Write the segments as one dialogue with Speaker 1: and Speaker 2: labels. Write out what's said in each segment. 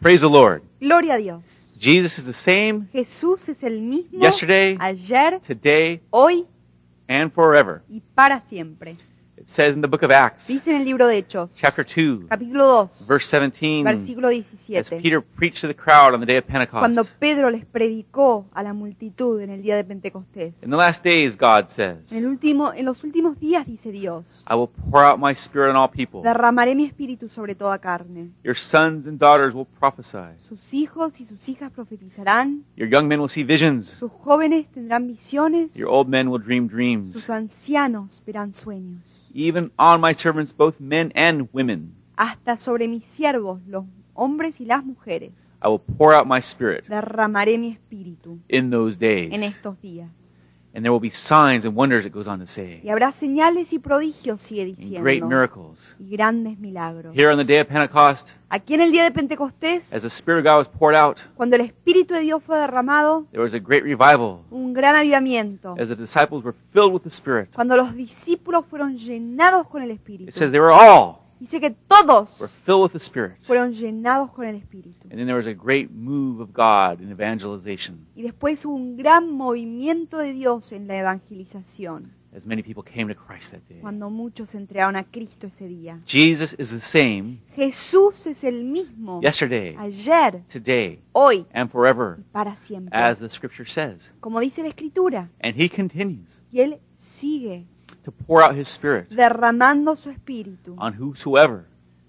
Speaker 1: Praise the Lord.
Speaker 2: Gloria a Dios.
Speaker 1: Jesus is the same
Speaker 2: Jesús es el mismo
Speaker 1: yesterday,
Speaker 2: ayer,
Speaker 1: today,
Speaker 2: hoy
Speaker 1: and forever.
Speaker 2: y para siempre.
Speaker 1: It says in the book of Acts,
Speaker 2: Dice en el libro de Hechos,
Speaker 1: chapter 2,
Speaker 2: capítulo 2,
Speaker 1: verse 17,
Speaker 2: versículo
Speaker 1: as
Speaker 2: 17.
Speaker 1: Peter preached to the crowd on the day of
Speaker 2: Cuando
Speaker 1: Pentecost.
Speaker 2: Pedro les predicó a la multitud en el día de Pentecostés.
Speaker 1: In the last days, God says,
Speaker 2: En, el último, en los últimos días, dice Dios,
Speaker 1: I will pour out my spirit on all people.
Speaker 2: derramaré mi espíritu sobre toda carne.
Speaker 1: Your sons and daughters will prophesy.
Speaker 2: Sus hijos y sus hijas profetizarán,
Speaker 1: Your young men will see visions.
Speaker 2: sus jóvenes tendrán visiones,
Speaker 1: Your old men will dream
Speaker 2: sus
Speaker 1: dreams.
Speaker 2: ancianos verán sueños.
Speaker 1: Even on my servants, both men and women,
Speaker 2: Hasta sobre mis siervos, los hombres y las mujeres,
Speaker 1: I will pour out my spirit
Speaker 2: derramaré mi espíritu
Speaker 1: in those
Speaker 2: en
Speaker 1: days.
Speaker 2: estos días.
Speaker 1: And there will be signs and wonders, it goes on to say,
Speaker 2: Y habrá señales y prodigios, sigue
Speaker 1: and great
Speaker 2: diciendo,
Speaker 1: miracles.
Speaker 2: y grandes milagros.
Speaker 1: Here on the day of Pentecost,
Speaker 2: Aquí en el día de Pentecostés,
Speaker 1: as the Spirit of God was poured out,
Speaker 2: cuando el Espíritu de Dios fue derramado,
Speaker 1: there was a great revival.
Speaker 2: un gran avivamiento.
Speaker 1: As the disciples were filled with the Spirit,
Speaker 2: Cuando los discípulos fueron llenados con el
Speaker 1: it
Speaker 2: Espíritu.
Speaker 1: says they were all
Speaker 2: Dice que todos
Speaker 1: were filled with the Spirit.
Speaker 2: fueron llenados con el Espíritu.
Speaker 1: And then there was a great move of God in evangelization
Speaker 2: Y después hubo un gran movimiento de Dios en la evangelización,
Speaker 1: as many people came to Christ that day.
Speaker 2: cuando muchos se entregaron a Cristo ese día.
Speaker 1: Jesus is the same
Speaker 2: Jesús es el mismo
Speaker 1: yesterday,
Speaker 2: ayer,
Speaker 1: today,
Speaker 2: hoy
Speaker 1: and forever,
Speaker 2: y para siempre.
Speaker 1: as the scripture says.
Speaker 2: Como dice la Escritura,
Speaker 1: And he continues
Speaker 2: y Él sigue
Speaker 1: to pour out his spirit
Speaker 2: derramando su Espíritu
Speaker 1: on whosoever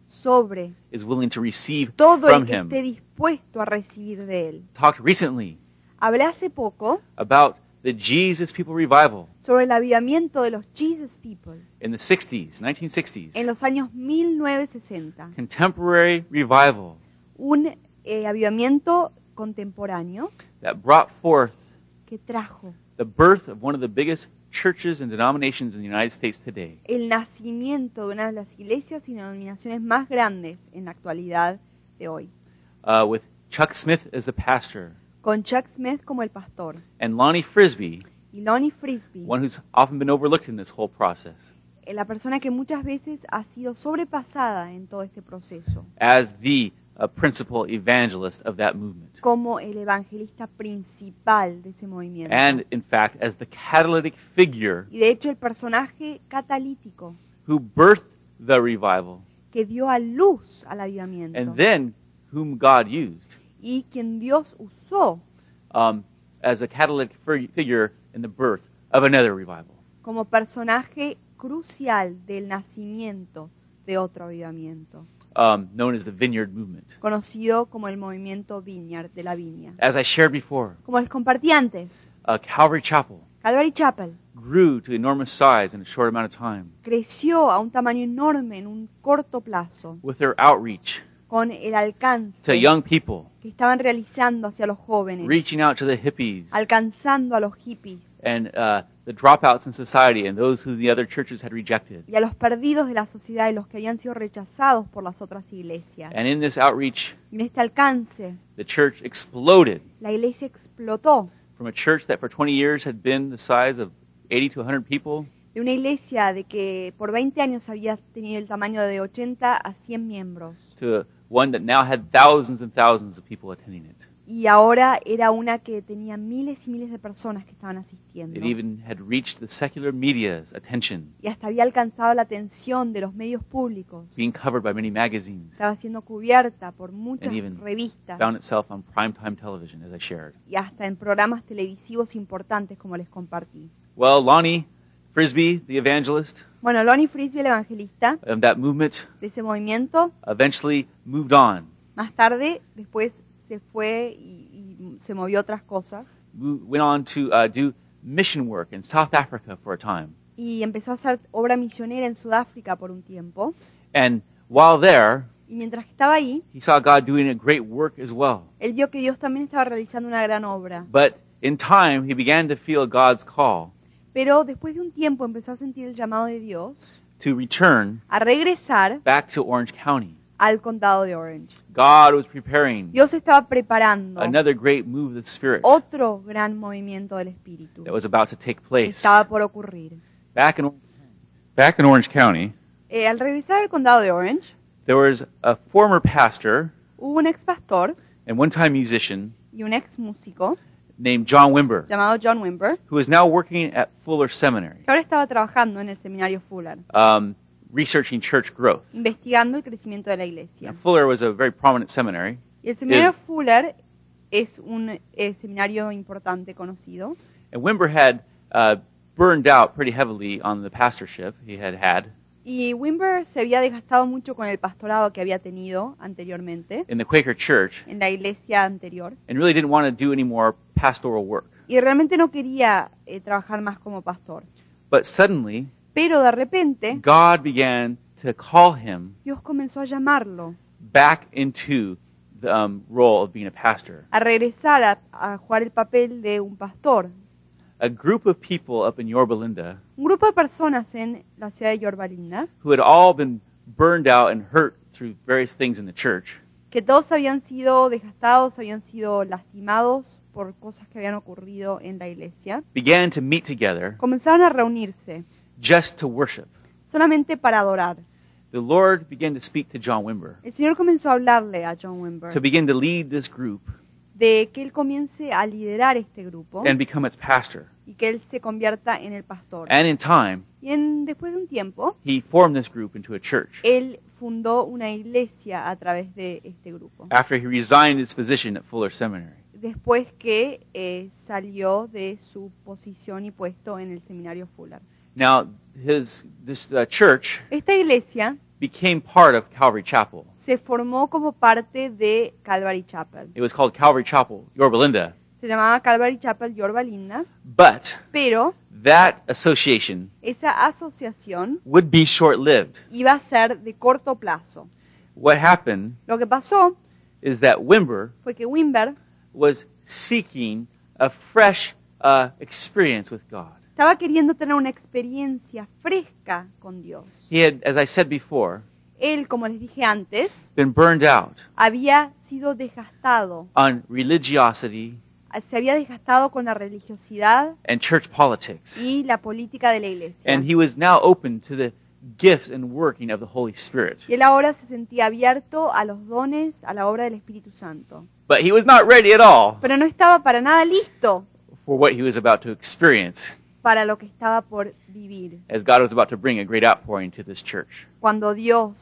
Speaker 2: sobre
Speaker 1: is willing to receive
Speaker 2: todo
Speaker 1: from
Speaker 2: el que esté
Speaker 1: him.
Speaker 2: dispuesto a recibir de Él.
Speaker 1: Talked recently
Speaker 2: Hablé hace poco
Speaker 1: about the Jesus People revival
Speaker 2: sobre el avivamiento de los Jesus People
Speaker 1: in the 60s,
Speaker 2: en
Speaker 1: 1960s.
Speaker 2: los años 1960.
Speaker 1: Contemporary revival
Speaker 2: Un eh, avivamiento contemporáneo
Speaker 1: that brought forth
Speaker 2: que trajo
Speaker 1: the birth of one of the biggest churches and denominations in the United States today.
Speaker 2: el nacimiento de una de las iglesias y denominaciones más grandes en la actualidad de hoy,
Speaker 1: uh, with Chuck Smith as the pastor
Speaker 2: con Chuck Smith como el pastor
Speaker 1: and Lonnie Frisbee,
Speaker 2: y Lonnie Frisbee,
Speaker 1: one who's often been overlooked in this whole process,
Speaker 2: eh, la persona que muchas veces ha sido sobrepasada en todo este proceso,
Speaker 1: as the uh, principal evangelist of that movement.
Speaker 2: como el evangelista principal de ese movimiento.
Speaker 1: And, in fact, as the catalytic figure
Speaker 2: y de hecho el personaje catalítico
Speaker 1: who birthed the revival
Speaker 2: que dio a luz al avivamiento
Speaker 1: and then whom God used
Speaker 2: y quien Dios usó
Speaker 1: um, as a catalytic fir- figure in the birth of another revival.
Speaker 2: como personaje crucial del nacimiento de otro avivamiento,
Speaker 1: Um, known as the Vineyard Movement.
Speaker 2: conocido como el movimiento Vineyard de la Viña.
Speaker 1: As I shared before,
Speaker 2: Como les compartí antes,
Speaker 1: uh, Calvary Chapel
Speaker 2: Calvary Chapel
Speaker 1: grew to enormous size in a short amount of time
Speaker 2: creció a un tamaño enorme en un corto plazo,
Speaker 1: with their outreach
Speaker 2: con el alcance
Speaker 1: to young people,
Speaker 2: que estaban realizando hacia los jóvenes,
Speaker 1: reaching out to the hippies
Speaker 2: alcanzando a los hippies
Speaker 1: and uh, the dropouts in society and those who the other churches had rejected.
Speaker 2: y a los perdidos de la sociedad y los que habían sido rechazados por las otras iglesias.
Speaker 1: And in this outreach,
Speaker 2: Y en este alcance,
Speaker 1: the church exploded
Speaker 2: la iglesia explotó
Speaker 1: from a church that for 20 years had been the size of 80 to 100 people
Speaker 2: de una iglesia de que por 20 años había tenido el tamaño de 80 a 100 miembros
Speaker 1: to one that now had thousands and thousands of people attending it.
Speaker 2: y ahora era una que tenía miles y miles de personas que estaban asistiendo
Speaker 1: It even had reached the secular media's attention,
Speaker 2: y hasta había alcanzado la atención de los medios públicos.
Speaker 1: being covered by many magazines,
Speaker 2: Estaba siendo cubierta por muchas
Speaker 1: And even
Speaker 2: revistas
Speaker 1: found itself on primetime television, as I shared.
Speaker 2: y hasta en programas televisivos importantes como les compartí.
Speaker 1: Well, Lonnie Frisbee, the evangelist
Speaker 2: Bueno, Lonnie Frisbee, el evangelista
Speaker 1: of that movement,
Speaker 2: de ese movimiento,
Speaker 1: eventually moved on
Speaker 2: más tarde después se fue y, y se movió a otras cosas
Speaker 1: mo- went on to uh, do mission work in South Africa for a time.
Speaker 2: y empezó a hacer obra misionera en Sudáfrica por un tiempo.
Speaker 1: And while there,
Speaker 2: Y mientras que estaba ahí,
Speaker 1: he saw God doing a great work as well.
Speaker 2: él vio que Dios también estaba realizando una gran obra.
Speaker 1: But in time, he began to feel God's call
Speaker 2: Pero después de un tiempo empezó a sentir el llamado de Dios
Speaker 1: to return
Speaker 2: a regresar
Speaker 1: back to Orange County.
Speaker 2: al condado de Orange.
Speaker 1: God was preparing
Speaker 2: Dios estaba preparando
Speaker 1: another great move of the Spirit
Speaker 2: Oh, otro gran movimiento del Espíritu
Speaker 1: that was about to take
Speaker 2: que
Speaker 1: place.
Speaker 2: estaba por ocurrir.
Speaker 1: Back in, back in Orange County,
Speaker 2: Eh, al regresar al condado de Orange,
Speaker 1: there was a former pastor
Speaker 2: Hubo un ex pastor
Speaker 1: and one time musician
Speaker 2: y un ex músico
Speaker 1: named John Wimber,
Speaker 2: llamado John Wimber,
Speaker 1: who is now working at Fuller Seminary,
Speaker 2: que ahora estaba trabajando en el seminario Fuller,
Speaker 1: um, researching church growth.
Speaker 2: investigando el crecimiento de la
Speaker 1: Now,
Speaker 2: iglesia.
Speaker 1: Fuller was a very prominent seminary,
Speaker 2: Y el seminario Fuller es un eh, seminario importante conocido.
Speaker 1: and Wimber had uh, burned out pretty heavily on the pastorship he had had
Speaker 2: Y Wimber se había desgastado mucho con el pastorado que había tenido anteriormente,
Speaker 1: in the Quaker church,
Speaker 2: en la iglesia anterior,
Speaker 1: and really didn't want to do any more pastoral work.
Speaker 2: y realmente no quería eh, trabajar más como pastor.
Speaker 1: But suddenly,
Speaker 2: Pero de repente
Speaker 1: God began to call him
Speaker 2: Dios comenzó a llamarlo
Speaker 1: back into the um, role of being a pastor.
Speaker 2: a regresar a, a jugar el papel de un pastor.
Speaker 1: A group of people up in Yorba Linda
Speaker 2: Un grupo de personas en la ciudad de Yorba Linda,
Speaker 1: who had all been burned out and hurt through various things in the church
Speaker 2: que todos habían sido desgastados, habían sido lastimados por cosas que habían ocurrido en la iglesia,
Speaker 1: began to meet together
Speaker 2: comenzaron a reunirse
Speaker 1: just to worship.
Speaker 2: solamente para adorar.
Speaker 1: The Lord began to speak to John Wimber
Speaker 2: El Señor comenzó a hablarle a John
Speaker 1: to
Speaker 2: Wimber
Speaker 1: begin to lead this group
Speaker 2: de que él comience a liderar este grupo
Speaker 1: and become its pastor.
Speaker 2: y que él se convierta en el pastor.
Speaker 1: And in time,
Speaker 2: Y en, después de un tiempo,
Speaker 1: he formed this group into a church
Speaker 2: él fundó una iglesia a través de este grupo.
Speaker 1: after he resigned his position at Fuller Seminary.
Speaker 2: Después que eh, salió de su posición y puesto en el seminario Fuller.
Speaker 1: Now, his, this uh, church
Speaker 2: Esta iglesia
Speaker 1: became part of Calvary Chapel.
Speaker 2: se formó como parte de Calvary Chapel.
Speaker 1: It was called Calvary Chapel, Yorba Linda.
Speaker 2: Se llamaba Calvary Chapel Yorba Linda,
Speaker 1: But
Speaker 2: pero
Speaker 1: that association
Speaker 2: esa asociación
Speaker 1: would be short lived.
Speaker 2: iba a ser de corto plazo.
Speaker 1: What happened
Speaker 2: Lo que pasó
Speaker 1: is that Wimber
Speaker 2: fue que Wimber
Speaker 1: was seeking a fresh uh, experience with God.
Speaker 2: estaba queriendo tener una experiencia fresca con Dios.
Speaker 1: He had, as I said before,
Speaker 2: Él, como les dije antes,
Speaker 1: been burned out
Speaker 2: había sido desgastado,
Speaker 1: on religiosity
Speaker 2: se había desgastado con la religiosidad
Speaker 1: and church politics.
Speaker 2: y la política de la iglesia.
Speaker 1: And he was now open to the gifts and working of the Holy Spirit.
Speaker 2: Y él ahora se sentía abierto a los dones, a la obra del Espíritu Santo.
Speaker 1: But he was not ready at all
Speaker 2: Pero no estaba para nada listo
Speaker 1: for what he was about to experience
Speaker 2: para lo que estaba por vivir
Speaker 1: as God was about to bring a great outpouring to this church
Speaker 2: cuando Dios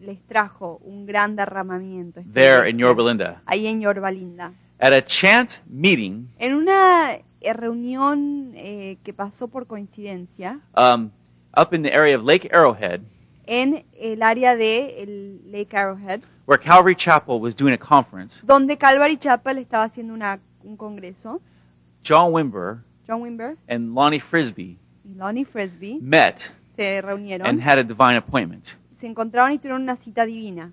Speaker 2: les trajo un gran derramamiento. esta
Speaker 1: there
Speaker 2: iglesia,
Speaker 1: in Yorba Linda.
Speaker 2: Ahí en Yorba Linda.
Speaker 1: At a chance meeting,
Speaker 2: En una eh, reunión eh, que pasó por coincidencia
Speaker 1: um, up in the area of Lake Arrowhead,
Speaker 2: en el área de el Lake Arrowhead,
Speaker 1: where Calvary Chapel was doing a conference,
Speaker 2: donde Calvary Chapel estaba haciendo una- un congreso,
Speaker 1: John Wimber
Speaker 2: John Wimber
Speaker 1: and Lonnie Frisbee
Speaker 2: y Lonnie Frisbee
Speaker 1: met
Speaker 2: se
Speaker 1: and
Speaker 2: reunieron,
Speaker 1: had a divine appointment.
Speaker 2: se encontraron y tuvieron una cita divina.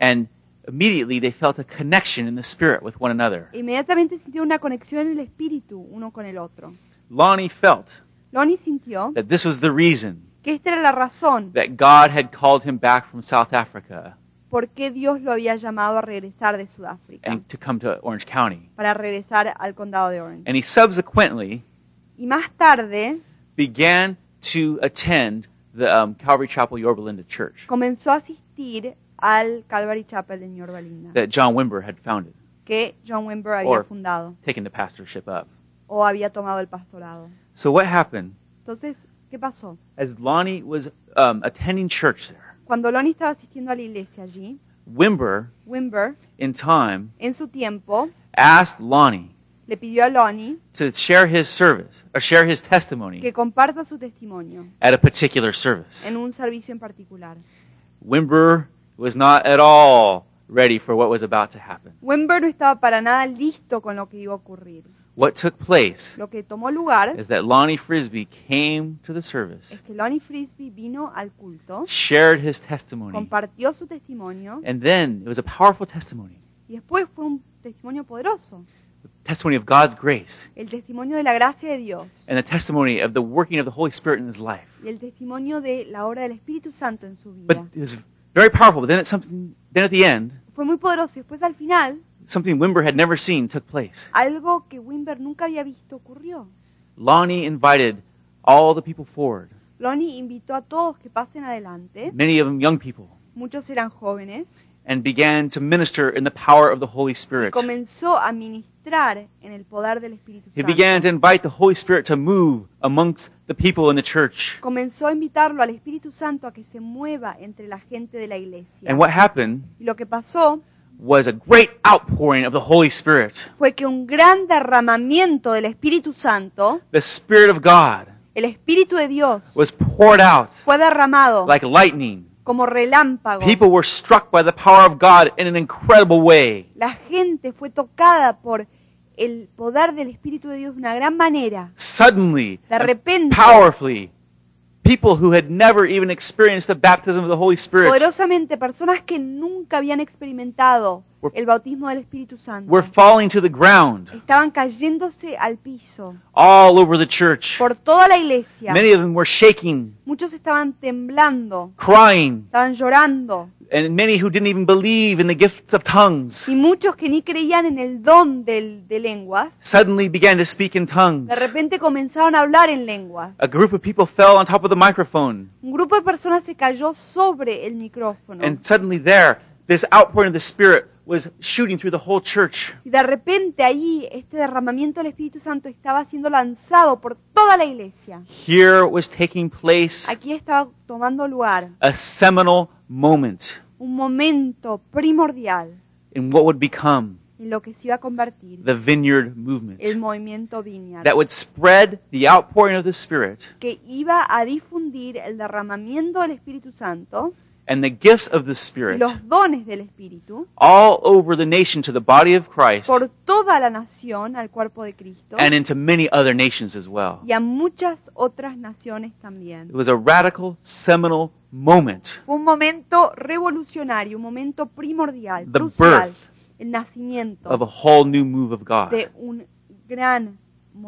Speaker 1: And immediately they felt a connection in the spirit with one another.
Speaker 2: Inmediatamente sintió una conexión en el espíritu uno con el otro.
Speaker 1: Lonnie felt
Speaker 2: Lonnie sintió
Speaker 1: that this was the reason
Speaker 2: que esta era la razón
Speaker 1: that God had called him back from South Africa
Speaker 2: por qué Dios lo había llamado a regresar de Sudáfrica,
Speaker 1: and to come to Orange County.
Speaker 2: para regresar al condado de Orange.
Speaker 1: And he subsequently
Speaker 2: Y más tarde
Speaker 1: began to attend the um, Calvary Chapel Yorba Linda Church
Speaker 2: comenzó a asistir al Calvary Chapel en Yorba Linda,
Speaker 1: that John Wimber had founded,
Speaker 2: que John Wimber había
Speaker 1: Or-
Speaker 2: fundado
Speaker 1: taken the pastorship up.
Speaker 2: o había tomado el pastorado.
Speaker 1: So what happened
Speaker 2: Entonces, ¿qué pasó?
Speaker 1: as Lonnie was um, attending church there,
Speaker 2: Cuando Lonnie estaba asistiendo a la iglesia allí,
Speaker 1: Wimber
Speaker 2: Wimber,
Speaker 1: in time
Speaker 2: en su tiempo,
Speaker 1: asked Lonnie
Speaker 2: le pidió a Lonnie
Speaker 1: to share his service or share his testimony
Speaker 2: que comparta su testimonio
Speaker 1: at a particular service.
Speaker 2: en un servicio en particular.
Speaker 1: Wimber was not at all ready for what was about to happen.
Speaker 2: Wimber no estaba para nada listo con lo que iba a ocurrir.
Speaker 1: What took place
Speaker 2: Lo que tomó lugar
Speaker 1: is that Lonnie Frisbee came to the service,
Speaker 2: es que Lonnie Frisbee vino al culto,
Speaker 1: shared his testimony,
Speaker 2: compartió su testimonio
Speaker 1: and then it was a powerful testimony,
Speaker 2: y después fue un testimonio poderoso,
Speaker 1: testimony of God's grace
Speaker 2: el testimonio de la gracia de Dios
Speaker 1: and the testimony of the working of the Holy Spirit in his life.
Speaker 2: y el testimonio de la obra del Espíritu Santo en su
Speaker 1: But
Speaker 2: vida.
Speaker 1: it was very powerful. But then at something then at the end,
Speaker 2: Fue muy poderoso y después al final
Speaker 1: something Wimber had never seen took place.
Speaker 2: algo que Wimber nunca había visto ocurrió.
Speaker 1: Lonnie invited all the people forward,
Speaker 2: Lonnie invitó a todos que pasen adelante,
Speaker 1: many of them young people,
Speaker 2: muchos eran jóvenes,
Speaker 1: and began to minister in the power of the Holy
Speaker 2: y
Speaker 1: Spirit.
Speaker 2: comenzó a ministrar en el poder del Espíritu
Speaker 1: He
Speaker 2: Santo.
Speaker 1: began to invite the Holy Spirit to move amongst the people in the church.
Speaker 2: Comenzó a invitarlo al Espíritu Santo a que se mueva entre la gente de la iglesia.
Speaker 1: And what happened
Speaker 2: Y lo que pasó
Speaker 1: was a great outpouring of the Holy Spirit.
Speaker 2: fue que un gran derramamiento del Espíritu Santo,
Speaker 1: The Spirit of God
Speaker 2: el Espíritu de Dios,
Speaker 1: was poured out
Speaker 2: fue derramado
Speaker 1: like lightning.
Speaker 2: como relámpago.
Speaker 1: People were struck by the power of God in an incredible way.
Speaker 2: La gente fue tocada por el poder del Espíritu de Dios de una gran manera.
Speaker 1: Suddenly,
Speaker 2: De
Speaker 1: and
Speaker 2: repente,
Speaker 1: powerfully, people who had never even experienced the baptism of the Holy Spirit
Speaker 2: poderosamente, personas que nunca habían experimentado
Speaker 1: Were-
Speaker 2: el bautismo del Espíritu Santo
Speaker 1: were falling to the ground
Speaker 2: estaban cayéndose al piso
Speaker 1: all over the church.
Speaker 2: por toda la iglesia.
Speaker 1: Many of them were shaking,
Speaker 2: Muchos estaban temblando,
Speaker 1: crying,
Speaker 2: estaban llorando,
Speaker 1: and many who didn't even believe in the gifts of tongues
Speaker 2: y muchos que ni creían en el don del- de lenguas,
Speaker 1: suddenly began to speak in tongues.
Speaker 2: de repente comenzaron a hablar en lenguas.
Speaker 1: A group of people fell on top of the microphone,
Speaker 2: Un grupo de personas se cayó sobre el micrófono.
Speaker 1: and suddenly there, this outpouring of the Spirit was shooting through the whole church.
Speaker 2: Y de repente ahí este derramamiento del Espíritu Santo estaba siendo lanzado por toda la iglesia.
Speaker 1: Here was taking place
Speaker 2: Aquí estaba tomando lugar
Speaker 1: a seminal moment
Speaker 2: un momento primordial
Speaker 1: in what would become
Speaker 2: en lo que se iba a convertir
Speaker 1: the vineyard movement
Speaker 2: el movimiento Vineyard,
Speaker 1: that would spread the outpouring of the Spirit
Speaker 2: que iba a difundir el derramamiento del Espíritu Santo
Speaker 1: and the gifts of the
Speaker 2: y
Speaker 1: Spirit
Speaker 2: los dones del Espíritu
Speaker 1: all over the nation to the body of Christ
Speaker 2: por toda la nación al cuerpo de Cristo
Speaker 1: and into many other nations as well.
Speaker 2: y a muchas otras naciones también.
Speaker 1: It was a radical, seminal moment,
Speaker 2: Fue un momento revolucionario, un momento primordial,
Speaker 1: the
Speaker 2: crucial,
Speaker 1: birth
Speaker 2: el nacimiento
Speaker 1: of a whole new move of God
Speaker 2: de un gran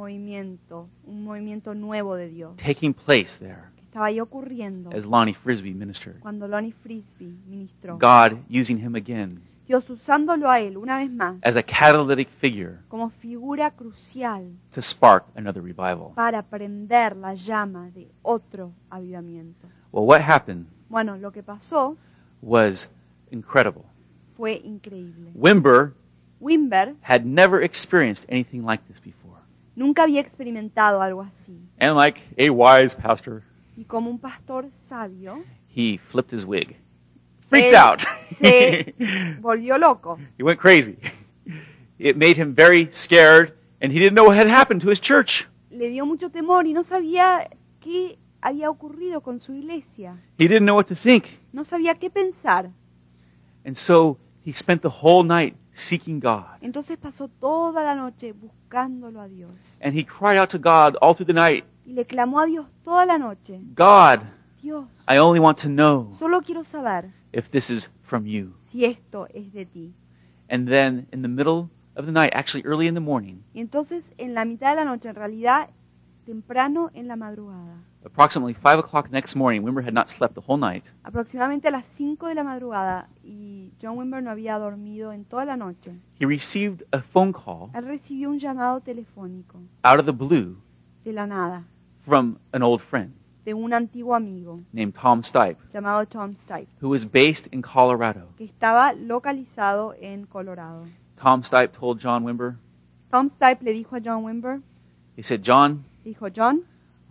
Speaker 2: movimiento, un movimiento nuevo de Dios que
Speaker 1: taking place there
Speaker 2: estaba ahí ocurriendo
Speaker 1: as Lonnie Frisbee ministered.
Speaker 2: cuando Lonnie Frisbee ministró.
Speaker 1: God using him again
Speaker 2: Dios usándolo a él una vez más
Speaker 1: as a catalytic figure
Speaker 2: como figura crucial
Speaker 1: to spark another revival.
Speaker 2: para prender la llama de otro avivamiento.
Speaker 1: Well, what happened
Speaker 2: Bueno, lo que pasó
Speaker 1: was incredible.
Speaker 2: fue increíble.
Speaker 1: Wimber
Speaker 2: Wimber
Speaker 1: had never experienced anything like this before.
Speaker 2: nunca había experimentado algo así
Speaker 1: And like a wise pastor,
Speaker 2: y como un pastor sabio
Speaker 1: he flipped his wig. Freaked
Speaker 2: Él
Speaker 1: out.
Speaker 2: se-
Speaker 1: he
Speaker 2: volvió loco.
Speaker 1: went crazy. It made him very scared, and he didn't know what had happened to his church.
Speaker 2: le dio mucho temor y no sabía qué había ocurrido con su iglesia,
Speaker 1: He didn't know what to think.
Speaker 2: no sabía qué pensar.
Speaker 1: And so he spent the whole night seeking God.
Speaker 2: Entonces pasó toda la noche buscándolo a Dios
Speaker 1: And he cried out to God all through the night
Speaker 2: y le clamó a Dios toda la noche,
Speaker 1: God,
Speaker 2: Dios,
Speaker 1: I only want to know
Speaker 2: solo quiero saber
Speaker 1: if this is from you.
Speaker 2: si esto es de ti.
Speaker 1: And then in the middle of the night, actually early in the morning,
Speaker 2: Y entonces en la mitad de la noche, en realidad temprano en la madrugada,
Speaker 1: approximately 5 o'clock next morning, Wimber had not slept the whole night.
Speaker 2: aproximadamente a las 5 de la madrugada, y John Wimber no había dormido en toda la noche,
Speaker 1: He received a phone call
Speaker 2: él recibió un llamado telefónico
Speaker 1: out of the blue
Speaker 2: de la nada
Speaker 1: from an old friend
Speaker 2: de un antiguo amigo
Speaker 1: named Tom Stipe,
Speaker 2: llamado Tom Stipe,
Speaker 1: who was based in Colorado.
Speaker 2: que estaba localizado en Colorado.
Speaker 1: Tom Stipe told John Wimber,
Speaker 2: Tom Stipe le dijo a John Wimber,
Speaker 1: he said, John,
Speaker 2: dijo, John,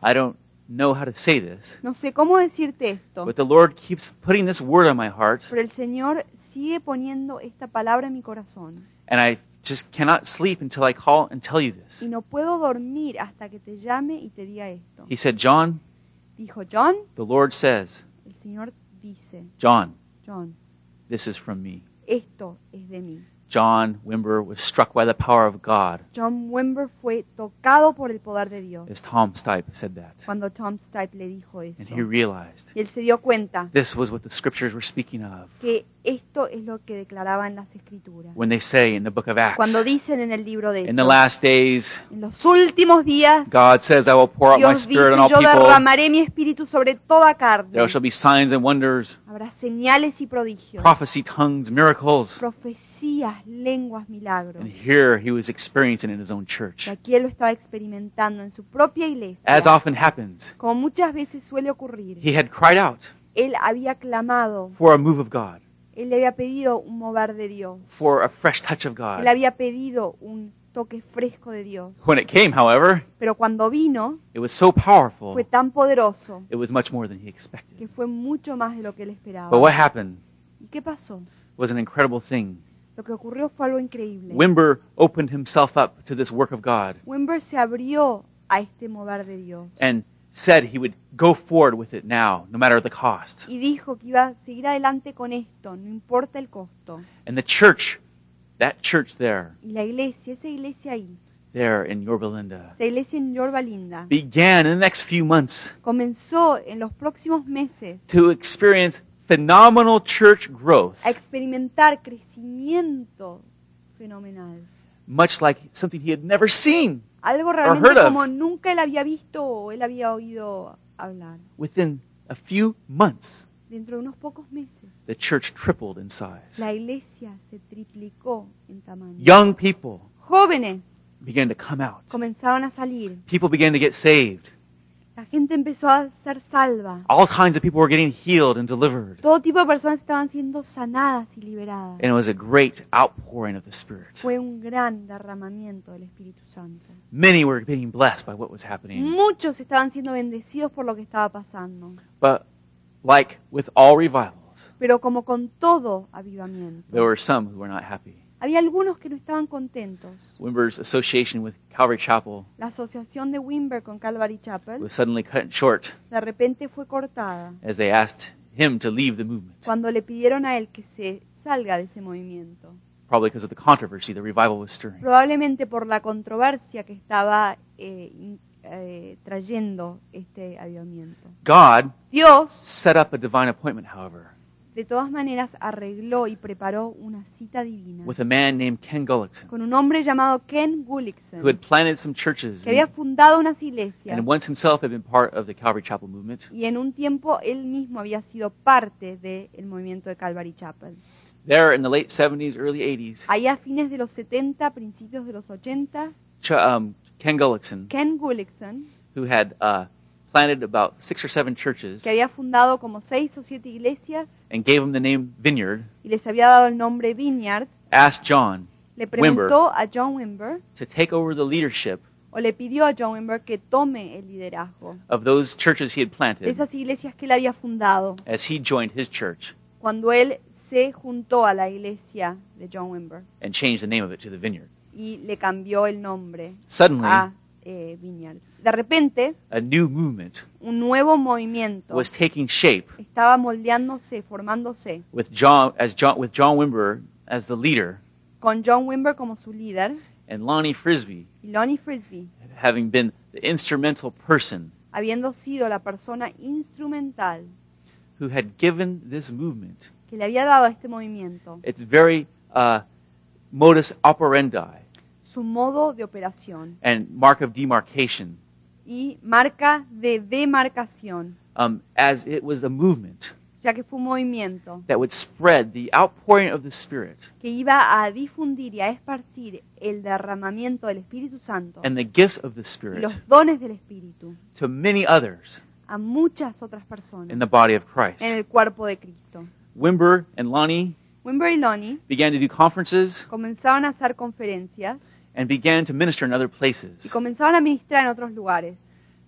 Speaker 1: I don't know how to say this,
Speaker 2: no sé cómo decirte esto,
Speaker 1: but the Lord keeps putting this word on my heart,
Speaker 2: pero el Señor sigue poniendo esta palabra en mi corazón
Speaker 1: and I just cannot sleep until I call and tell you
Speaker 2: y
Speaker 1: this.
Speaker 2: no puedo dormir hasta que te llame y te diga esto.
Speaker 1: He said, John,
Speaker 2: Dijo, John,
Speaker 1: the Lord says,
Speaker 2: el Señor dice,
Speaker 1: John,
Speaker 2: John,
Speaker 1: this is from me.
Speaker 2: esto es de mí.
Speaker 1: John Wimber was struck by the power of God
Speaker 2: John Wimber fue tocado por el poder de Dios
Speaker 1: as Tom Stipe said that.
Speaker 2: cuando Tom Stipe le dijo
Speaker 1: And
Speaker 2: eso.
Speaker 1: he realized
Speaker 2: Y él se dio cuenta
Speaker 1: this was what the scriptures were speaking of
Speaker 2: que esto es lo que declaraban las escrituras.
Speaker 1: when they say in the book of Acts,
Speaker 2: Cuando dicen en el libro de
Speaker 1: in the
Speaker 2: Hechos,
Speaker 1: last days,
Speaker 2: en los últimos días,
Speaker 1: God says, I will pour out my
Speaker 2: Dios dice,
Speaker 1: spirit on all
Speaker 2: yo
Speaker 1: people.
Speaker 2: derramaré mi espíritu sobre toda carne.
Speaker 1: There shall be signs and wonders,
Speaker 2: Habrá señales y prodigios,
Speaker 1: prophecy, tongues, miracles.
Speaker 2: profecías, lenguas, milagros.
Speaker 1: And here he was experiencing it in his own church.
Speaker 2: Y aquí él lo estaba experimentando en su propia
Speaker 1: As
Speaker 2: iglesia.
Speaker 1: often happens,
Speaker 2: Como muchas veces suele ocurrir,
Speaker 1: he had cried out
Speaker 2: él había clamado
Speaker 1: for a move of God.
Speaker 2: Él le había pedido un mover de Dios.
Speaker 1: for a fresh touch of
Speaker 2: Él
Speaker 1: God.
Speaker 2: había pedido un toque fresco de Dios.
Speaker 1: When it came, however,
Speaker 2: Pero cuando vino,
Speaker 1: it was so powerful,
Speaker 2: fue tan poderoso
Speaker 1: it was much more than he
Speaker 2: que
Speaker 1: expected.
Speaker 2: fue mucho más de lo que él esperaba.
Speaker 1: But what happened
Speaker 2: ¿Y qué pasó?
Speaker 1: was an incredible thing.
Speaker 2: Lo que ocurrió fue algo increíble.
Speaker 1: Wimber opened himself up to this work of God
Speaker 2: Wimber se abrió a este mover de Dios
Speaker 1: and said he would go forward with it now, no matter the cost.
Speaker 2: y dijo que iba a seguir adelante con esto, no importa el costo.
Speaker 1: And the church, that church there,
Speaker 2: Y la iglesia, esa iglesia ahí,
Speaker 1: there in Yorba Linda,
Speaker 2: esa iglesia en Yorba Linda,
Speaker 1: began in the next few months
Speaker 2: comenzó en los próximos meses
Speaker 1: to experience phenomenal church growth,
Speaker 2: a experimentar crecimiento fenomenal.
Speaker 1: much like something he had never seen
Speaker 2: Algo
Speaker 1: heard
Speaker 2: realmente
Speaker 1: of.
Speaker 2: como nunca él había visto o él había oído hablar.
Speaker 1: within a few months.
Speaker 2: Dentro de unos pocos meses,
Speaker 1: The church tripled in size.
Speaker 2: la iglesia se triplicó en tamaño.
Speaker 1: Young people
Speaker 2: Jóvenes
Speaker 1: began to come out.
Speaker 2: comenzaron a salir.
Speaker 1: People began to get saved.
Speaker 2: La gente empezó a ser salva.
Speaker 1: All kinds of people were getting healed and delivered.
Speaker 2: Todo tipo de personas estaban siendo sanadas y liberadas.
Speaker 1: And it was a great outpouring of the Spirit.
Speaker 2: Fue un gran derramamiento del Espíritu Santo.
Speaker 1: Many were being blessed by what was happening.
Speaker 2: Muchos estaban siendo bendecidos por lo que estaba pasando.
Speaker 1: But like with all revivals,
Speaker 2: Pero como con todo avivamiento,
Speaker 1: there were some who were not happy.
Speaker 2: había algunos que no estaban contentos.
Speaker 1: Wimber's association with Calvary Chapel
Speaker 2: La asociación de Wimber con Calvary Chapel
Speaker 1: was suddenly cut short
Speaker 2: de repente fue cortada
Speaker 1: as they asked him to leave the movement,
Speaker 2: cuando le pidieron a él que se salga de ese movimiento.
Speaker 1: probably because of the controversy the revival was stirring.
Speaker 2: probablemente por la controversia que estaba eh, in- eh, trayendo este avivamiento.
Speaker 1: God
Speaker 2: Dios,
Speaker 1: set up a divine appointment, however,
Speaker 2: de todas maneras, arregló y preparó una cita divina
Speaker 1: with a man named Ken Gullickson,
Speaker 2: con un hombre llamado Ken
Speaker 1: who had
Speaker 2: Gullickson,
Speaker 1: planted some churches
Speaker 2: que había
Speaker 1: and,
Speaker 2: fundado unas iglesias
Speaker 1: and once himself had been part of the Calvary Chapel movement.
Speaker 2: y en un tiempo él mismo había sido parte del movimiento de Calvary Chapel.
Speaker 1: There in the late 70s, early 80s,
Speaker 2: Allá a fines de los 70, principios de los 80,
Speaker 1: Ch- um, Ken Gullickson,
Speaker 2: Ken Gullickson,
Speaker 1: who had uh, planted about six or seven churches
Speaker 2: que había fundado como seis o siete iglesias
Speaker 1: and gave him the name Vineyard,
Speaker 2: y les había dado el nombre Vineyard,
Speaker 1: asked John
Speaker 2: le
Speaker 1: Wimber.
Speaker 2: preguntó a John Wimber
Speaker 1: to take over the leadership
Speaker 2: o le pidió a John Wimber que tome el liderazgo
Speaker 1: of those churches he had
Speaker 2: de
Speaker 1: planted
Speaker 2: esas iglesias que él había fundado
Speaker 1: as he joined his church
Speaker 2: cuando él se juntó a la iglesia de John Wimber
Speaker 1: and changed the name of it to the Vineyard.
Speaker 2: y le cambió el nombre
Speaker 1: Suddenly,
Speaker 2: a eh, Vineyard. De repente,
Speaker 1: a new movement
Speaker 2: un nuevo movimiento
Speaker 1: was taking shape
Speaker 2: estaba moldeándose, formándose,
Speaker 1: with John as John with John Wimber as the leader
Speaker 2: con John Wimber como su líder
Speaker 1: and Lonnie Frisbee
Speaker 2: y Lonnie Frisbee
Speaker 1: having been the instrumental person
Speaker 2: habiendo sido la persona instrumental
Speaker 1: who had given this movement
Speaker 2: que le había dado a este movimiento
Speaker 1: its very uh, modus operandi
Speaker 2: su modo de operación
Speaker 1: and mark of demarcation
Speaker 2: y marca de demarcación
Speaker 1: um, as it was a movement
Speaker 2: ya que fue un movimiento
Speaker 1: that would spread the outpouring of the Spirit
Speaker 2: que iba a difundir y a esparcir el derramamiento del Espíritu Santo
Speaker 1: and the gifts of the
Speaker 2: y
Speaker 1: Spirit
Speaker 2: los dones del Espíritu
Speaker 1: to many others
Speaker 2: a muchas otras
Speaker 1: in
Speaker 2: personas
Speaker 1: the body of Christ.
Speaker 2: en el cuerpo de Cristo.
Speaker 1: Wimber and Lonnie
Speaker 2: Wimber y Lonnie
Speaker 1: began to do conferences
Speaker 2: comenzaron a hacer conferencias
Speaker 1: and began to minister in other
Speaker 2: y
Speaker 1: places.
Speaker 2: comenzaron a ministrar en otros lugares.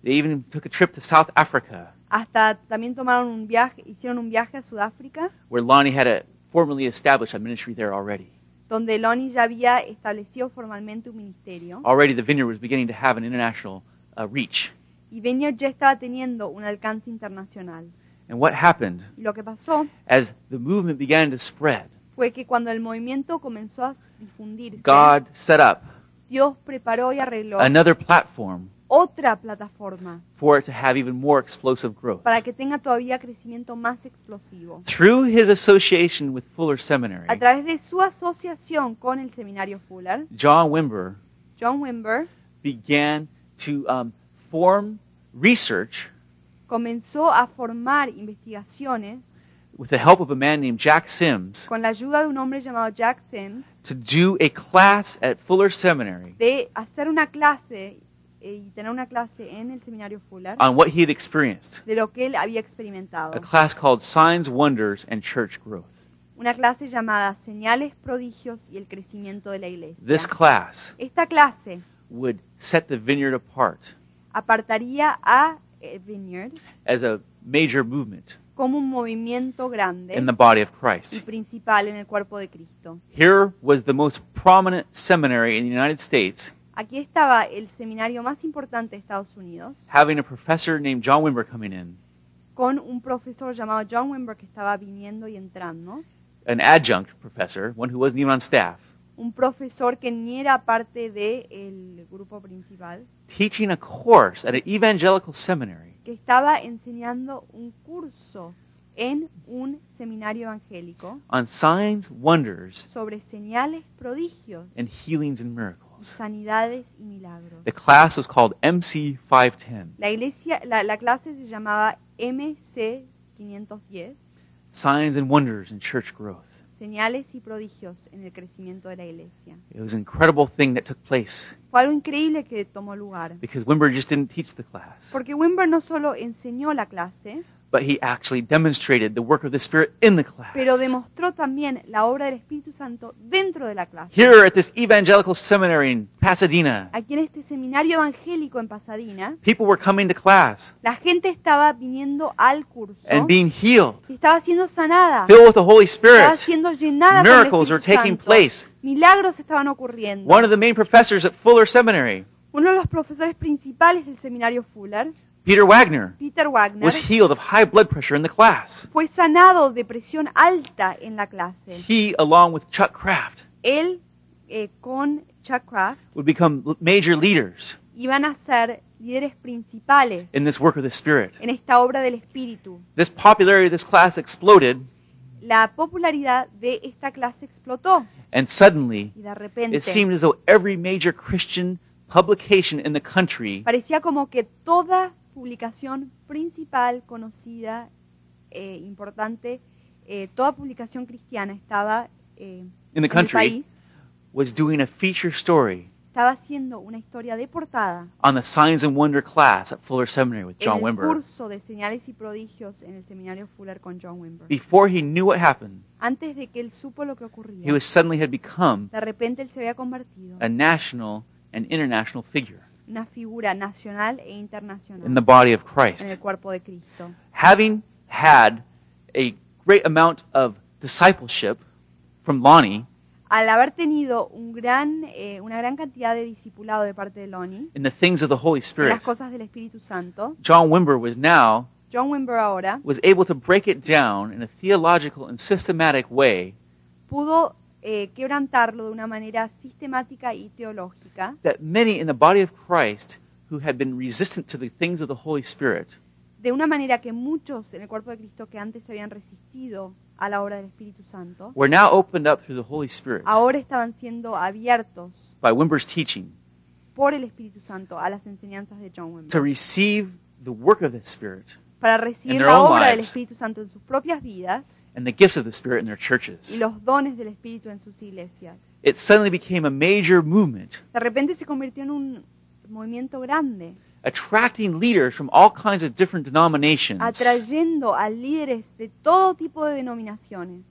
Speaker 1: They even took a trip to South Africa,
Speaker 2: Hasta también tomaron un viaje, hicieron un viaje a Sudáfrica,
Speaker 1: where Lonnie had a, formally established a ministry there already.
Speaker 2: donde Lonnie ya había establecido formalmente un ministerio
Speaker 1: Already, the vineyard was beginning to have an international uh, reach.
Speaker 2: y Vineyard ya estaba teniendo un alcance internacional.
Speaker 1: And what happened
Speaker 2: Y lo que pasó
Speaker 1: as the movement began to spread,
Speaker 2: fue que cuando el movimiento comenzó a difundirse,
Speaker 1: God set up
Speaker 2: Dios preparó y arregló
Speaker 1: another platform
Speaker 2: otra plataforma
Speaker 1: for it to have even more explosive growth.
Speaker 2: para que tenga todavía crecimiento más explosivo.
Speaker 1: Through his association with Fuller
Speaker 2: A
Speaker 1: Seminary,
Speaker 2: través de su asociación con el seminario Fuller,
Speaker 1: John Wimber
Speaker 2: John Wimber
Speaker 1: began to um, form research
Speaker 2: comenzó a formar investigaciones
Speaker 1: with the help of a man named Jack Sims
Speaker 2: con la ayuda de un hombre llamado Jack Sims
Speaker 1: to do a class at Fuller Seminary
Speaker 2: de hacer una clase eh, y tener una clase en el seminario Fuller
Speaker 1: on what he had experienced,
Speaker 2: de lo que él había
Speaker 1: a
Speaker 2: experimentado.
Speaker 1: class called Signs, Wonders, and Church Growth.
Speaker 2: una clase llamada Señales, Prodigios y el Crecimiento de la Iglesia.
Speaker 1: This class
Speaker 2: Esta clase
Speaker 1: would set the vineyard apart
Speaker 2: apartaría a eh, Vineyard
Speaker 1: as a major movement
Speaker 2: como un movimiento grande
Speaker 1: in the body of
Speaker 2: y
Speaker 1: Christ.
Speaker 2: principal en el cuerpo de Cristo.
Speaker 1: Here was the most prominent seminary in the United States,
Speaker 2: Aquí estaba el seminario más importante de Estados Unidos,
Speaker 1: having a professor named John Wimber coming in,
Speaker 2: con un profesor llamado John Wimber que estaba viniendo y entrando,
Speaker 1: an adjunct professor, one who wasn't even on staff,
Speaker 2: un profesor que ni era parte del grupo principal,
Speaker 1: teaching a course at an evangelical seminary.
Speaker 2: que estaba enseñando un curso en un seminario evangélico
Speaker 1: on signs, wonders,
Speaker 2: sobre señales, prodigios,
Speaker 1: and healings and
Speaker 2: y
Speaker 1: miracles.
Speaker 2: sanidades y milagros.
Speaker 1: The class was called MC 510,
Speaker 2: La, iglesia, la, la clase se llamaba MC 510,
Speaker 1: Signs and Wonders in Church Growth.
Speaker 2: señales y prodigios en el crecimiento de la iglesia.
Speaker 1: It was an incredible thing that took place
Speaker 2: Fue algo increíble que tomó lugar,
Speaker 1: because Wimber just didn't teach the class,
Speaker 2: porque Wimber no solo enseñó la clase,
Speaker 1: but he actually demonstrated the work of the Spirit in the class.
Speaker 2: pero demostró también la obra del Espíritu Santo dentro de la clase.
Speaker 1: Here at this evangelical seminary in Pasadena,
Speaker 2: Aquí en este seminario evangélico en Pasadena,
Speaker 1: people were coming to class
Speaker 2: La gente estaba viniendo al curso
Speaker 1: and being healed,
Speaker 2: y estaba siendo sanada,
Speaker 1: filled with the Holy
Speaker 2: estaba
Speaker 1: Spirit.
Speaker 2: siendo llenada por el
Speaker 1: Miracles were
Speaker 2: Espíritu
Speaker 1: taking
Speaker 2: Santo.
Speaker 1: place.
Speaker 2: Milagros estaban ocurriendo.
Speaker 1: One of the main professors at Fuller Seminary,
Speaker 2: Uno de los profesores principales del seminario Fuller,
Speaker 1: Peter Wagner,
Speaker 2: Peter Wagner,
Speaker 1: was healed of high blood pressure in the class.
Speaker 2: fue sanado de presión alta en la clase.
Speaker 1: he, along with Chuck Kraft,
Speaker 2: Él eh, con Chuck Craft
Speaker 1: would become l- major leaders
Speaker 2: iban a ser líderes principales
Speaker 1: in this work of the Spirit.
Speaker 2: en esta obra del Espíritu.
Speaker 1: This popularity of this class exploded,
Speaker 2: La popularidad de esta clase explotó
Speaker 1: and suddenly
Speaker 2: y de
Speaker 1: it
Speaker 2: repente
Speaker 1: seemed as though every major Christian publication in the country
Speaker 2: Parecía como que toda publicación principal, conocida, eh, importante, eh, toda publicación cristiana estaba eh,
Speaker 1: in the
Speaker 2: en el
Speaker 1: country
Speaker 2: país,
Speaker 1: was doing a feature story
Speaker 2: estaba haciendo una historia de portada
Speaker 1: on the Signs and Wonder class at Fuller Seminary with John
Speaker 2: en el
Speaker 1: Wimber.
Speaker 2: curso de señales y prodigios en el seminario Fuller con John Wimber.
Speaker 1: Before he knew what happened,
Speaker 2: Antes de que él supo lo que
Speaker 1: he
Speaker 2: ocurría,
Speaker 1: was suddenly had become
Speaker 2: de repente él se había convertido
Speaker 1: a
Speaker 2: en
Speaker 1: national and international figure
Speaker 2: una figura nacional e
Speaker 1: in the
Speaker 2: internacional
Speaker 1: body of Christ.
Speaker 2: en el cuerpo de Cristo.
Speaker 1: having had a great amount of discipleship from Lonnie
Speaker 2: Al haber tenido un gran, eh, una gran cantidad de discipulado de parte de Lonnie,
Speaker 1: in the things of the Holy
Speaker 2: de
Speaker 1: Spirit,
Speaker 2: las cosas del Espíritu Santo,
Speaker 1: John Wimber was now
Speaker 2: John Wimber ahora
Speaker 1: was able to break it down in a theological and systematic way
Speaker 2: pudo eh, quebrantarlo de una manera sistemática y teológica,
Speaker 1: that many in the body of Christ who had been resistant to the things of the Holy Spirit
Speaker 2: de una manera que muchos en el cuerpo de Cristo que antes se habían resistido a la obra del Espíritu Santo,
Speaker 1: were now opened up through the Holy Spirit
Speaker 2: ahora estaban siendo abiertos
Speaker 1: by Wimber's teaching
Speaker 2: por el Espíritu Santo a las enseñanzas de John
Speaker 1: to
Speaker 2: Wimber,
Speaker 1: receive the work of the Spirit
Speaker 2: para
Speaker 1: in
Speaker 2: recibir
Speaker 1: their
Speaker 2: la
Speaker 1: own
Speaker 2: obra del
Speaker 1: lives.
Speaker 2: Espíritu Santo en sus propias vidas
Speaker 1: and the gifts of the Spirit in their
Speaker 2: y
Speaker 1: churches.
Speaker 2: los dones del Espíritu en sus iglesias.
Speaker 1: It suddenly became a major movement
Speaker 2: De repente se convirtió en un movimiento grande,
Speaker 1: attracting leaders from all kinds of different denominations
Speaker 2: atrayendo a líderes de todo tipo de denominaciones,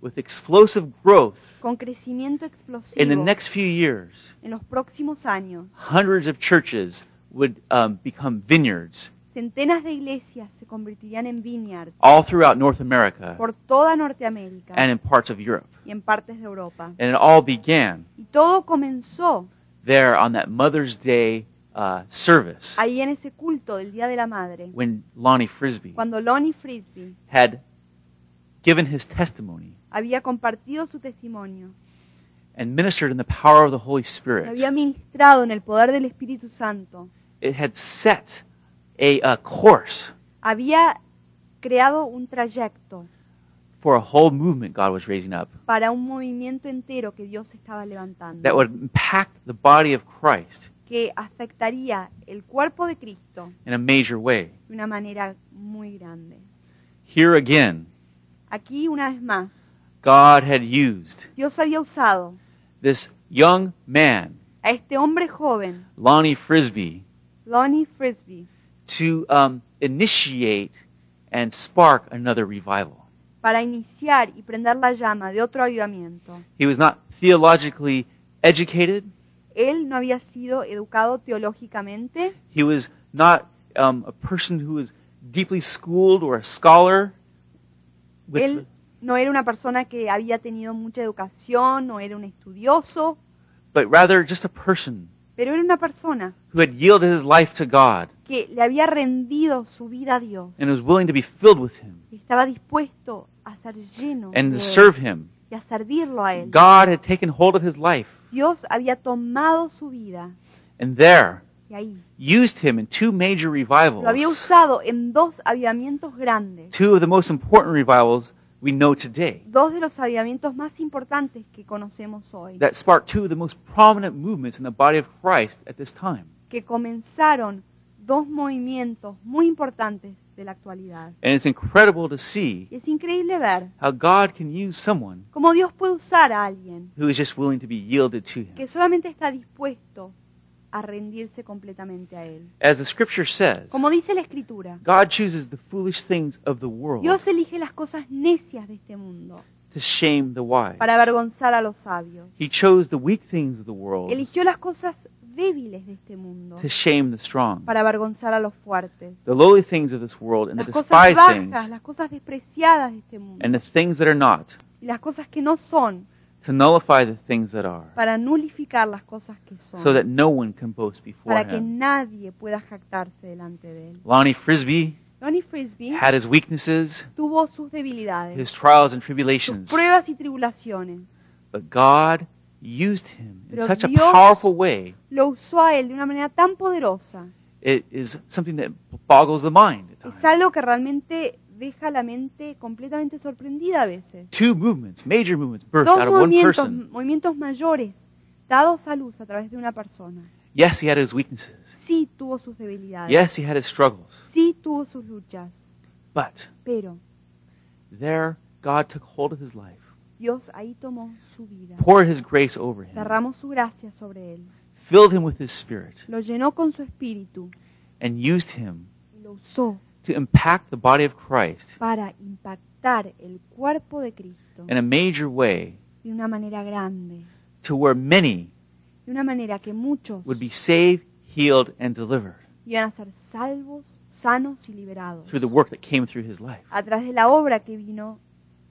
Speaker 1: with explosive growth
Speaker 2: con crecimiento
Speaker 1: in the
Speaker 2: explosivo
Speaker 1: next few years
Speaker 2: en los próximos años.
Speaker 1: hundreds of churches would um, become vineyards
Speaker 2: Centenas de iglesias se convertirían en vineyards
Speaker 1: all throughout north america
Speaker 2: por toda Norteamérica
Speaker 1: and in parts of europe
Speaker 2: y en partes de Europa.
Speaker 1: and it all began
Speaker 2: Y todo comenzó
Speaker 1: there on that mother's day uh, service
Speaker 2: ahí en ese culto del Día de la Madre,
Speaker 1: when lonnie frisbee
Speaker 2: cuando Lonnie Frisbee
Speaker 1: had given his testimony
Speaker 2: había compartido su testimonio,
Speaker 1: and ministered in the power of the holy
Speaker 2: lo
Speaker 1: spirit
Speaker 2: había ministrado en el poder del Espíritu Santo,
Speaker 1: it had set a, a course
Speaker 2: había creado un trayecto
Speaker 1: for a whole movement god was raising up
Speaker 2: para un movimiento entero que Dios estaba levantando,
Speaker 1: that would impact the body of Christ
Speaker 2: que afectaría el cuerpo de Cristo
Speaker 1: in a major way.
Speaker 2: de una manera muy grande.
Speaker 1: Here again,
Speaker 2: Aquí, una vez más,
Speaker 1: God had used
Speaker 2: Dios había usado
Speaker 1: this young man,
Speaker 2: a este hombre joven,
Speaker 1: Lonnie Frisbee,
Speaker 2: Lonnie Frisbee,
Speaker 1: to um, initiate and spark another revival.
Speaker 2: para iniciar y prender la llama de otro avivamiento.
Speaker 1: He was not theologically educated.
Speaker 2: Él no había sido educado teológicamente,
Speaker 1: He was not um, a person who was deeply schooled or a scholar. With
Speaker 2: él no era una persona que había tenido mucha educación, no era un estudioso,
Speaker 1: but rather just a person
Speaker 2: pero era una persona
Speaker 1: who had yielded his life to God
Speaker 2: que le había rendido su vida a Dios
Speaker 1: and was willing to be filled with Him
Speaker 2: y estaba dispuesto a ser lleno
Speaker 1: and to
Speaker 2: de Él
Speaker 1: serve Him.
Speaker 2: y a servirlo a Él.
Speaker 1: God had taken hold of his life
Speaker 2: Dios había tomado su vida
Speaker 1: and there
Speaker 2: y ahí
Speaker 1: used him in two major revivals.
Speaker 2: lo había usado en dos avivamientos grandes,
Speaker 1: Two of the most important revivals we know today
Speaker 2: dos de los avivamientos más importantes que conocemos hoy,
Speaker 1: that sparked two of the most prominent movements in the body of Christ at this time.
Speaker 2: que comenzaron dos movimientos muy importantes de la actualidad.
Speaker 1: And it's incredible to see
Speaker 2: Y es increíble ver
Speaker 1: how God can use someone
Speaker 2: cómo Dios puede usar a alguien
Speaker 1: who is just willing to be yielded to him.
Speaker 2: que solamente está dispuesto a rendirse completamente a Él.
Speaker 1: As the scripture says,
Speaker 2: Como dice la Escritura,
Speaker 1: God chooses the foolish things of the world
Speaker 2: Dios elige las cosas necias de este mundo
Speaker 1: to shame the wise.
Speaker 2: para avergonzar a los sabios.
Speaker 1: He chose the weak things of the world
Speaker 2: Eligió las cosas débiles de este mundo
Speaker 1: to shame the strong.
Speaker 2: para avergonzar a los fuertes.
Speaker 1: The lowly things of this world and the
Speaker 2: Las cosas
Speaker 1: despised things
Speaker 2: bajas, las cosas despreciadas de este mundo.
Speaker 1: and the things that are not
Speaker 2: Y las cosas que no son
Speaker 1: to nullify the things that are,
Speaker 2: para nulificar las cosas que
Speaker 1: so that
Speaker 2: son.
Speaker 1: no one can boast before
Speaker 2: Para que
Speaker 1: him.
Speaker 2: nadie pueda jactarse delante de Él.
Speaker 1: Lonnie Frisbee
Speaker 2: Lonnie Frisbee
Speaker 1: had his weaknesses,
Speaker 2: tuvo sus debilidades,
Speaker 1: his trials and
Speaker 2: sus
Speaker 1: tribulations,
Speaker 2: pruebas y tribulaciones.
Speaker 1: but God used him in
Speaker 2: Pero
Speaker 1: such a
Speaker 2: Dios-
Speaker 1: powerful way.
Speaker 2: Lo usó a Él de una manera tan poderosa.
Speaker 1: It is something that boggles the mind at
Speaker 2: Es
Speaker 1: times.
Speaker 2: algo que realmente deja la mente completamente sorprendida a veces.
Speaker 1: Two movements, major movements, birthed
Speaker 2: Dos
Speaker 1: out of one
Speaker 2: movimientos,
Speaker 1: person.
Speaker 2: movimientos mayores dados a luz a través de una persona.
Speaker 1: Yes, he had his weaknesses.
Speaker 2: Sí tuvo sus debilidades.
Speaker 1: Yes, he had his struggles.
Speaker 2: Sí tuvo sus luchas.
Speaker 1: But
Speaker 2: Pero
Speaker 1: there, God took hold of his life,
Speaker 2: Dios ahí tomó su vida.
Speaker 1: poured his grace over him,
Speaker 2: Derramó su gracia sobre él.
Speaker 1: filled him with his spirit,
Speaker 2: Lo llenó con su espíritu.
Speaker 1: and used him
Speaker 2: Y lo usó
Speaker 1: to impact the body of Christ
Speaker 2: para impactar el cuerpo de Cristo
Speaker 1: in a major way
Speaker 2: de una manera grande.
Speaker 1: to where many
Speaker 2: De una manera que muchos
Speaker 1: would be saved, healed, and delivered
Speaker 2: iban a ser salvos, sanos y liberados.
Speaker 1: through the work that came through his life.
Speaker 2: a través de la obra que vino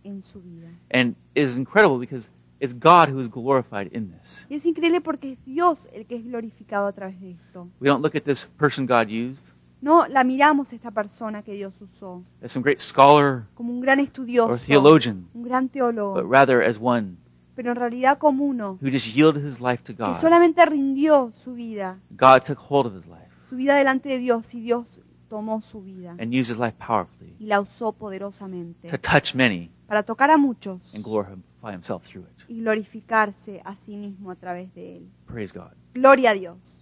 Speaker 2: en su vida.
Speaker 1: And it is incredible because it's God who is glorified in this.
Speaker 2: Y es increíble porque es Dios el que es glorificado a través de esto.
Speaker 1: We don't look at this person God used
Speaker 2: No la miramos esta persona que Dios usó
Speaker 1: as some great scholar
Speaker 2: como un gran
Speaker 1: or
Speaker 2: estudioso,
Speaker 1: theologian,
Speaker 2: un gran
Speaker 1: but
Speaker 2: teólogo,
Speaker 1: rather as one
Speaker 2: pero en realidad como uno
Speaker 1: who just yielded his life to
Speaker 2: que
Speaker 1: God.
Speaker 2: solamente rindió su vida,
Speaker 1: God took hold of his life
Speaker 2: su vida delante de Dios y Dios tomó su vida
Speaker 1: and used his life powerfully
Speaker 2: y la usó
Speaker 1: to
Speaker 2: poderosamente
Speaker 1: touch many
Speaker 2: para tocar a muchos
Speaker 1: and glorify himself through it.
Speaker 2: y glorificarse a sí mismo a través de él.
Speaker 1: Praise God.
Speaker 2: Gloria a Dios.